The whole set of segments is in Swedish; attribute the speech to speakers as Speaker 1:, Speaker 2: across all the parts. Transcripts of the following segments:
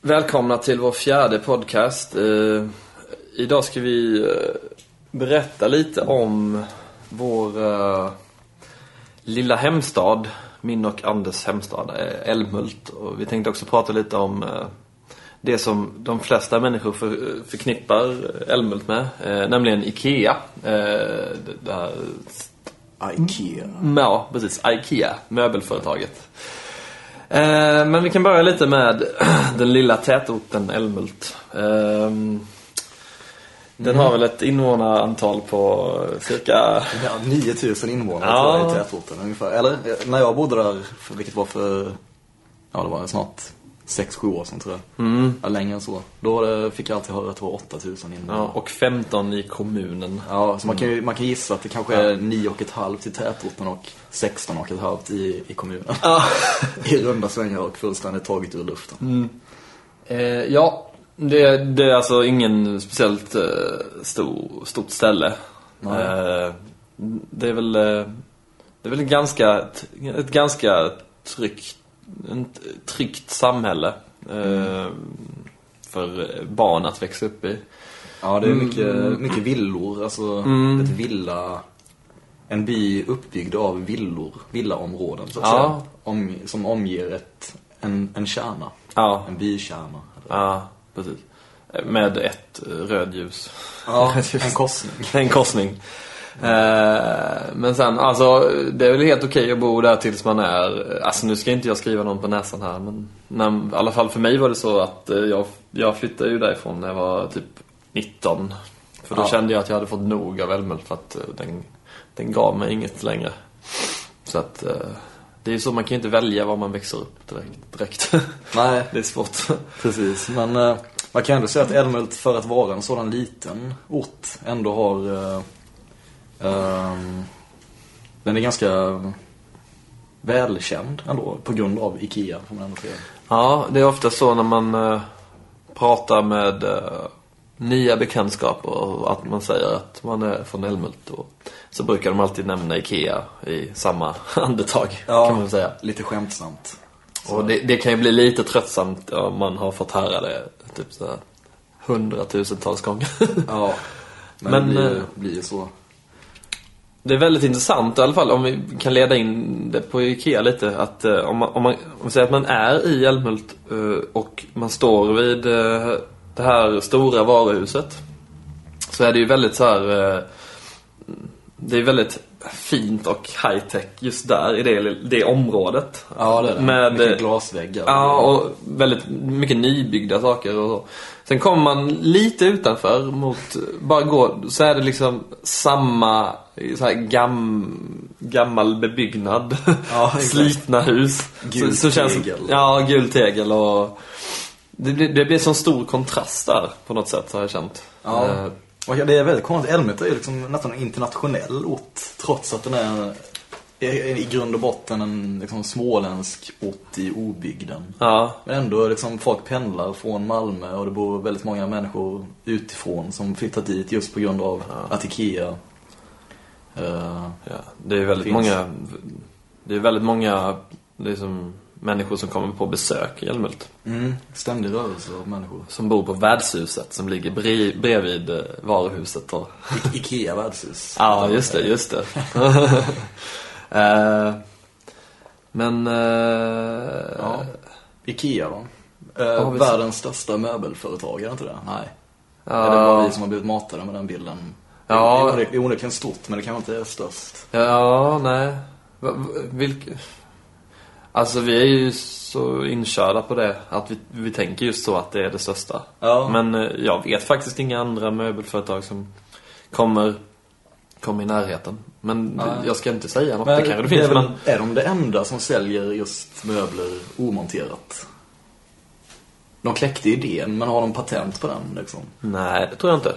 Speaker 1: Välkomna till vår fjärde podcast. Eh, idag ska vi eh, berätta lite om vår eh, lilla hemstad. Min och Anders hemstad eh, Älmhult. Och vi tänkte också prata lite om eh, det som de flesta människor för, eh, förknippar Älmhult med. Eh, nämligen IKEA. Eh, det, det här,
Speaker 2: Ikea.
Speaker 1: ja, precis. IKEA, möbelföretaget. Eh, men vi kan börja lite med den lilla tätorten Älmhult. Ehm, den har väl ett invånarantal på cirka...
Speaker 2: Ja, 9000 invånare
Speaker 1: Ja.
Speaker 2: tror jag, i tätorten ungefär. Eller eh, när jag bodde där, för- vilket var för, ja det var snart 6-7 år sedan tror jag. Mm. Ja, längre än så. Då var det, fick jag alltid höra att det var 8000
Speaker 1: Ja,
Speaker 2: invånare. Ja. Mm.
Speaker 1: och 15 i kommunen.
Speaker 2: så man kan, ju, man kan gissa att det kanske är 9,5 i tätorten och 16,5 i, i kommunen.
Speaker 1: Ja.
Speaker 2: I runda svängar och fullständigt taget ur luften.
Speaker 1: Eh, ja, det, det är alltså ingen speciellt eh, stor, stort ställe.
Speaker 2: Nej.
Speaker 1: Eh, det är väl, eh, det är väl ett, ganska, ett ganska tryggt, en t- tryggt samhälle eh, för barn att växa upp i.
Speaker 2: Ja, det är mycket, mycket villor. Alltså ett villa... En by uppbyggd av villor, villaområden så att
Speaker 1: Ja.
Speaker 2: säga. Om, som omger ett, en, en kärna.
Speaker 1: Ja,
Speaker 2: En bykärna.
Speaker 1: ja precis. Eh, Med ett eh, rödljus.
Speaker 2: Ja,
Speaker 1: Rödljus.
Speaker 2: en korsning.
Speaker 1: En korsning. Eh, men sen, alltså det är väl helt okej att bo där tills man är, alltså nu ska inte jag skriva någon på näsan här men när, i alla fall för mig var det så att eh, jag, jag flyttade ju därifrån när jag var typ 19. För då
Speaker 2: Ja.
Speaker 1: kände jag att jag hade fått nog av Älmhult för att eh, den, den gav mig inget längre. Så att eh, det är ju så, man kan ju inte välja var man växer upp direkt. direkt.
Speaker 2: Nej,
Speaker 1: det är svårt.
Speaker 2: precis. Men eh, man kan ändå säga att Älmhult för att vara en sådan liten ort ändå har... Eh, ehm, den är ganska välkänd ändå på grund av IKEA får man ändå säga.
Speaker 1: Ja, det är ofta så när man eh, pratar med eh, nya bekantskaper och att man säger att man är från Älmhult. och- Så brukar de alltid nämna IKEA i samma andetag kan man säga.
Speaker 2: Lite skämtsamt.
Speaker 1: Och det, det kan ju bli lite tröttsamt om man har fått höra det typ så här, hundratusentals gånger.
Speaker 2: Ja, men,
Speaker 1: Men,
Speaker 2: det blir,
Speaker 1: eh,
Speaker 2: blir ju så.
Speaker 1: Det är väldigt intressant i alla fall om vi kan leda in det på IKEA lite. Att, eh, om, man, om, man, om vi säger att man är i Älmhult eh, och man står vid eh, det här stora varuhuset. Så är det ju väldigt så här... Eh, det är väldigt fint och high tech just där i det, det området.
Speaker 2: Ja, det är det.
Speaker 1: Med,
Speaker 2: Mycket
Speaker 1: eh,
Speaker 2: glasväggar.
Speaker 1: Ja, och väldigt mycket nybyggda saker och så. Sen kommer man lite utanför mot, bara går, så är det liksom samma så här gam, gammal bebyggnad.
Speaker 2: Ja, exakt.
Speaker 1: Slitna hus.
Speaker 2: Gul
Speaker 1: så, så känns,
Speaker 2: tegel.
Speaker 1: Ja, gul tegel och det blir, det blir sån stor kontrast där på något sätt har jag känt.
Speaker 2: Ja.
Speaker 1: Eh,
Speaker 2: Och ja, det är väldigt konstigt. Älmhult är ju liksom nästan en internationell ort. Trots att den är är i grund och botten en liksom, småländsk ort i obygden.
Speaker 1: ja.
Speaker 2: Men ändå, liksom, folk pendlar från Malmö och det bor väldigt många människor utifrån som flyttat dit just på grund av att IKEA eh,
Speaker 1: Ja, det är väldigt
Speaker 2: Finns.
Speaker 1: många Det är väldigt många liksom, människor som kommer på besök i Älmhult.
Speaker 2: mm, ständig rörelse av människor.
Speaker 1: Som bor på värdshuset som ligger bre- bredvid eh, varuhuset och...
Speaker 2: I- IKEA värdshus.
Speaker 1: Ja, just det, just det. Eh, men... eh,
Speaker 2: Ja. Ikea va?
Speaker 1: har
Speaker 2: Eh,
Speaker 1: vi-
Speaker 2: världens största möbelföretag, är det inte det? Nej.
Speaker 1: Ja.
Speaker 2: Är det bara vi som har blivit matade med den bilden?
Speaker 1: Ja.
Speaker 2: Det är- Det är onekligen stort, men det kanske inte är störst.
Speaker 1: Ja, nej. Va- va- Vilk... Alltså vi är ju så inkörda på det att vi, vi tänker just så att det är det största.
Speaker 2: Ja.
Speaker 1: Men eh, jag vet faktiskt inga andra möbelföretag som kommer, kommer i närheten. Men
Speaker 2: Nej.
Speaker 1: jag ska inte säga något, det kanske det finns.
Speaker 2: är, väl-
Speaker 1: Men,
Speaker 2: är de det enda som säljer just möbler omonterat? De kläckte idén, men har de patent på den liksom?
Speaker 1: nej, det tror jag inte.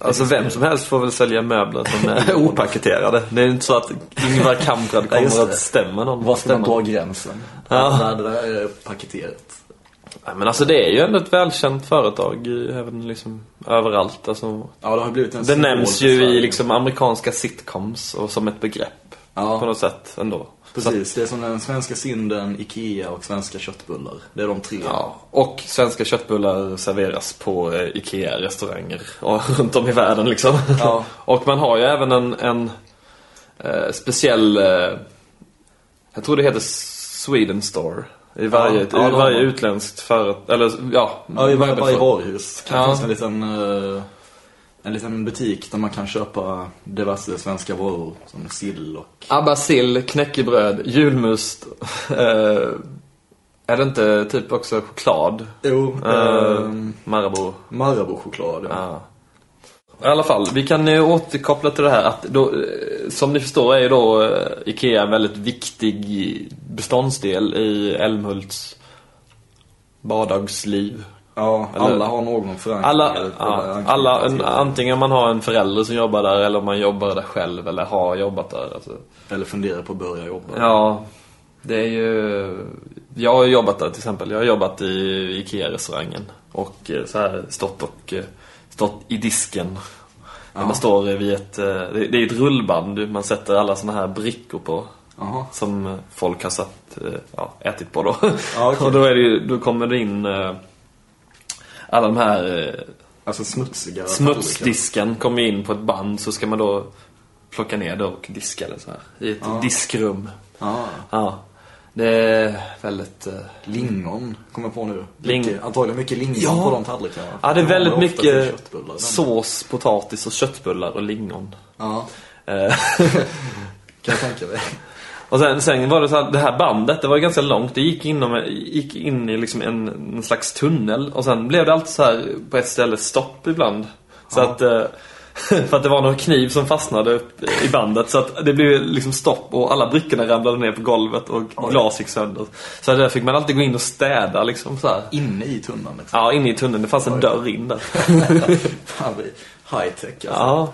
Speaker 1: Alltså vem som helst får väl sälja möbler som är opaketerade. Det är inte så att Ingvar Kamprad
Speaker 2: Nej, just
Speaker 1: kommer
Speaker 2: det.
Speaker 1: att stämma någon.
Speaker 2: Var ska man
Speaker 1: Stämma-
Speaker 2: dra gränsen?
Speaker 1: Ja.
Speaker 2: När det där är paketerat.
Speaker 1: Nej, men alltså det är ju ändå ett välkänt företag i- även liksom överallt. Alltså,
Speaker 2: Ja, det har blivit en
Speaker 1: Det
Speaker 2: symbol
Speaker 1: nämns
Speaker 2: för
Speaker 1: ju liksom
Speaker 2: Sverige.
Speaker 1: i liksom amerikanska sitcoms och som ett begrepp.
Speaker 2: Ja.
Speaker 1: På något sätt ändå.
Speaker 2: Precis, det är som den svenska synden, IKEA och svenska köttbullar. Det är de tre.
Speaker 1: Ja, och svenska köttbullar serveras på eh, IKEA-restauranger ja, runt om i världen liksom.
Speaker 2: Ja.
Speaker 1: och man har ju även en, en eh, speciell, eh, jag tror det heter Sweden Store. I varje,
Speaker 2: Ja, ja,
Speaker 1: i
Speaker 2: de
Speaker 1: varje
Speaker 2: har-
Speaker 1: utländskt företag, eller ja.
Speaker 2: Ja, i varje, varje
Speaker 1: företag.
Speaker 2: varuhus kan
Speaker 1: Ja.
Speaker 2: det finnas en liten, eh, en liten butik där man kan köpa diverse svenska varor som sill och...
Speaker 1: Abba sill, knäckebröd, julmust. Eh, är det inte typ också choklad?
Speaker 2: Jo,
Speaker 1: Eh,
Speaker 2: ehm,
Speaker 1: Marabou.
Speaker 2: Marabou-choklad. ja.
Speaker 1: Ja. I alla fall, vi kan eh, återkoppla till det här att då, eh, som ni förstår är ju då eh, IKEA en väldigt viktig beståndsdel i Älmhults vardagsliv.
Speaker 2: Ja,
Speaker 1: Eller-
Speaker 2: alla har någon förankring.
Speaker 1: Alla,
Speaker 2: eller-
Speaker 1: ja,
Speaker 2: eller-
Speaker 1: alla en, antingen man har en förälder som jobbar där eller man jobbar där själv eller har jobbat där. Alltså.
Speaker 2: Eller funderar på att börja jobba.
Speaker 1: Ja, det är ju... Jag har jobbat där till exempel. Jag har jobbat i IKEA-restaurangen. Och eh, så här stått och eh, stått i disken. Där
Speaker 2: Ja.
Speaker 1: Man står eh, vid ett... eh, Det det är ett rullband man sätter alla såna här brickor på.
Speaker 2: Jaha.
Speaker 1: Som eh, folk har satt, eh, ja, ätit på då.
Speaker 2: Ja, okej.
Speaker 1: Och då, är det, ju- då kommer det in eh, alla de här eh,
Speaker 2: Alltså smutsiga tallrikar.
Speaker 1: Smutsdisken kommer in på ett band så ska man då plocka ner det och diska eller så här. I ett
Speaker 2: Ja.
Speaker 1: diskrum.
Speaker 2: Ja.
Speaker 1: Ja. Det är väldigt... eh,
Speaker 2: Lingon, kommer jag på nu.
Speaker 1: Ling-
Speaker 2: Mycket, antagligen mycket lingon
Speaker 1: Ja.
Speaker 2: på de tallrikarna.
Speaker 1: Ja, det är
Speaker 2: De
Speaker 1: väldigt
Speaker 2: har ofta till
Speaker 1: mycket
Speaker 2: köttbullar, men-
Speaker 1: sås, potatis och köttbullar och lingon.
Speaker 2: Ja,
Speaker 1: Eh,
Speaker 2: kan jag tänka mig.
Speaker 1: och sen, sen var det så här, det här bandet, det var ju ganska långt. Det gick, inom, gick in i liksom en, en slags tunnel. Och sen blev det alltid så här på ett ställe stopp ibland. Så
Speaker 2: Ja.
Speaker 1: att... eh, För att det var någon kniv som fastnade upp i bandet så att det blev liksom stopp och alla brickorna ramlade ner på golvet och
Speaker 2: Oj.
Speaker 1: glas gick sönder. Så där fick man alltid gå in och städa liksom så här.
Speaker 2: Inne i tunnan liksom.
Speaker 1: Ja, inne i tunneln. Det fanns en
Speaker 2: Oj.
Speaker 1: dörr in där.
Speaker 2: Fan, vi- high tech alltså.
Speaker 1: Ja.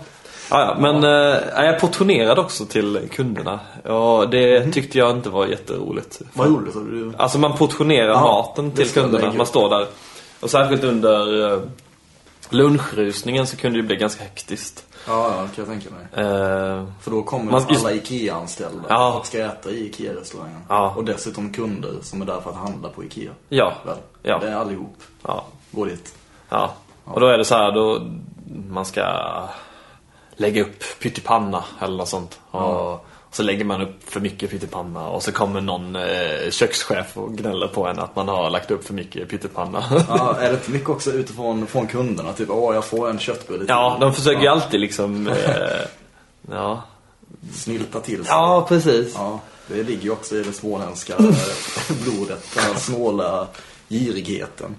Speaker 1: Ja, ja, men eh, jag portionerade också till kunderna och det
Speaker 2: Mm.
Speaker 1: tyckte jag inte var jätteroligt.
Speaker 2: Vad roligt. att Du...
Speaker 1: Alltså man portionerar
Speaker 2: Ja,
Speaker 1: maten
Speaker 2: det
Speaker 1: till
Speaker 2: stämmer
Speaker 1: kunderna.
Speaker 2: jag.
Speaker 1: Man står där. Och särskilt under eh, lunchrusningen så kunde det ju bli ganska hektiskt.
Speaker 2: Ja, ja, kan jag tänka mig.
Speaker 1: Eh,
Speaker 2: För då kommer
Speaker 1: Man- just-
Speaker 2: alla IKEA-anställda
Speaker 1: Ja.
Speaker 2: och ska äta i IKEA-restaurangen.
Speaker 1: Ja.
Speaker 2: Och dessutom kunder som är där för att handla på IKEA.
Speaker 1: ja,
Speaker 2: Väl?
Speaker 1: Ja.
Speaker 2: Det är allihop.
Speaker 1: ja,
Speaker 2: Gå dit.
Speaker 1: ja. Och då är det så här då man ska lägga upp pyttipanna eller något sånt. Och, och så lägger man upp för mycket pyttipanna och så kommer någon eh, kökschef och gnäller på en att man har lagt upp för mycket pyttipanna.
Speaker 2: Ja, är det inte mycket också utifrån från kunderna? Typ, åh, jag får en köttbulle till.
Speaker 1: Ja, de försöker ju alltid liksom... Eh, ja.
Speaker 2: Snylta till sig.
Speaker 1: ja, precis.
Speaker 2: Ja, det ligger ju också i det småländska eh, blodet. Den här snåla girigheten.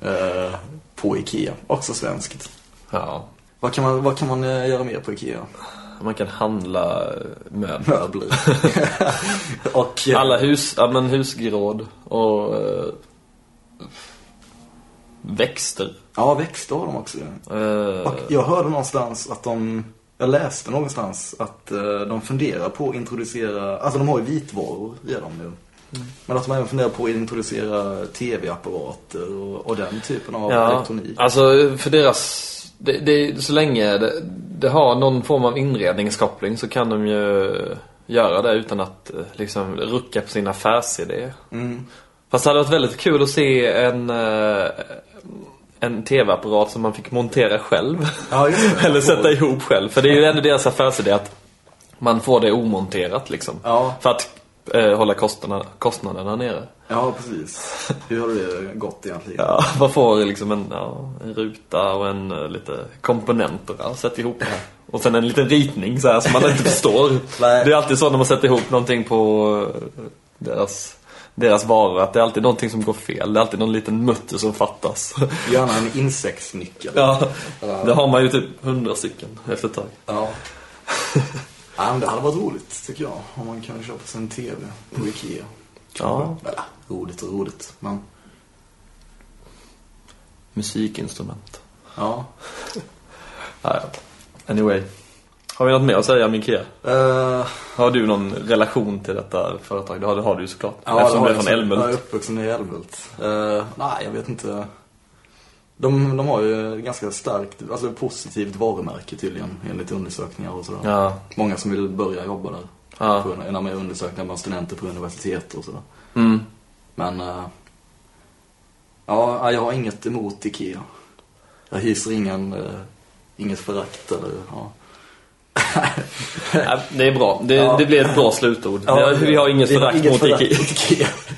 Speaker 2: Eh, på IKEA. Också svenskt.
Speaker 1: Ja.
Speaker 2: Vad kan man, vad kan man eh, göra mer på IKEA?
Speaker 1: Man kan handla eh, möbler.
Speaker 2: Möbler. och eh,
Speaker 1: Alla hus, ja, men husgeråd och eh, växter.
Speaker 2: Ja, växter har de också.
Speaker 1: Eh,
Speaker 2: Och jag hörde någonstans att de, jag läste någonstans att eh, de funderar på att introducera, alltså de har ju vitvaror redan nu.
Speaker 1: Mm.
Speaker 2: Men att de även funderar på att introducera tv-apparater och, och den typen av elektronik.
Speaker 1: Alltså för deras... Det, det, så länge det, det har någon form av inredningskoppling så kan de ju eh, göra det utan att eh, liksom rucka på sin affärsidé.
Speaker 2: Mm.
Speaker 1: Fast det hade varit väldigt kul att se en, eh, en tv-apparat som man fick montera själv.
Speaker 2: Ja, just det.
Speaker 1: Eller sätta ihop själv. För det är ju ändå deras affärsidé att man får det omonterat liksom.
Speaker 2: Ja.
Speaker 1: För att eh, hålla kostnaderna, kostnaderna nere.
Speaker 2: Ja, precis. Hur har det gått egentligen?
Speaker 1: Ja, man får liksom en, ja, en ruta och en eh, lite komponenter. Ja, sätt ihop det här. Och sen en liten ritning så här som man inte förstår.
Speaker 2: Nej.
Speaker 1: Det är alltid så när man sätter ihop någonting på eh, deras, deras varor att det är alltid någonting som går fel. Det är alltid någon liten mutter som fattas.
Speaker 2: Gärna en insektsnyckel.
Speaker 1: Ja, det har man ju typ hundra stycken efter ett tag.
Speaker 2: Ja. ja, men det hade varit roligt tycker jag. Om man kan köpa sig en tv på Ikea.
Speaker 1: Ja,
Speaker 2: Eller, roligt och roligt. Men,
Speaker 1: musikinstrument.
Speaker 2: ja.
Speaker 1: Ja, ja. Anyway. Har vi något mer att säga om Ikea?
Speaker 2: Eh,
Speaker 1: Har du någon relation till detta företag? Det har, det har du ju såklart.
Speaker 2: Ja,
Speaker 1: Eftersom
Speaker 2: har
Speaker 1: du är
Speaker 2: jag
Speaker 1: från
Speaker 2: också.
Speaker 1: Älmhult.
Speaker 2: Jag är uppvuxen i Älmhult. Eh, nej, jag vet inte. De, de har ju ganska starkt, alltså positivt varumärke tydligen enligt undersökningar och sådär.
Speaker 1: Ja.
Speaker 2: Många som vill börja jobba där.
Speaker 1: Ja.
Speaker 2: På en, en mer undersökning bland studenter på universitet och sådär.
Speaker 1: Mm.
Speaker 2: Men eh, ja, jag har inget emot IKEA. Jag hyser ingen, eh, inget förakt eller ja.
Speaker 1: Ja, det är bra. Det,
Speaker 2: Ja.
Speaker 1: det blir ett bra slutord.
Speaker 2: Ja,
Speaker 1: vi har inget
Speaker 2: vi har
Speaker 1: förakt
Speaker 2: inget
Speaker 1: mot
Speaker 2: förakt
Speaker 1: Ikea.
Speaker 2: mot IKEA.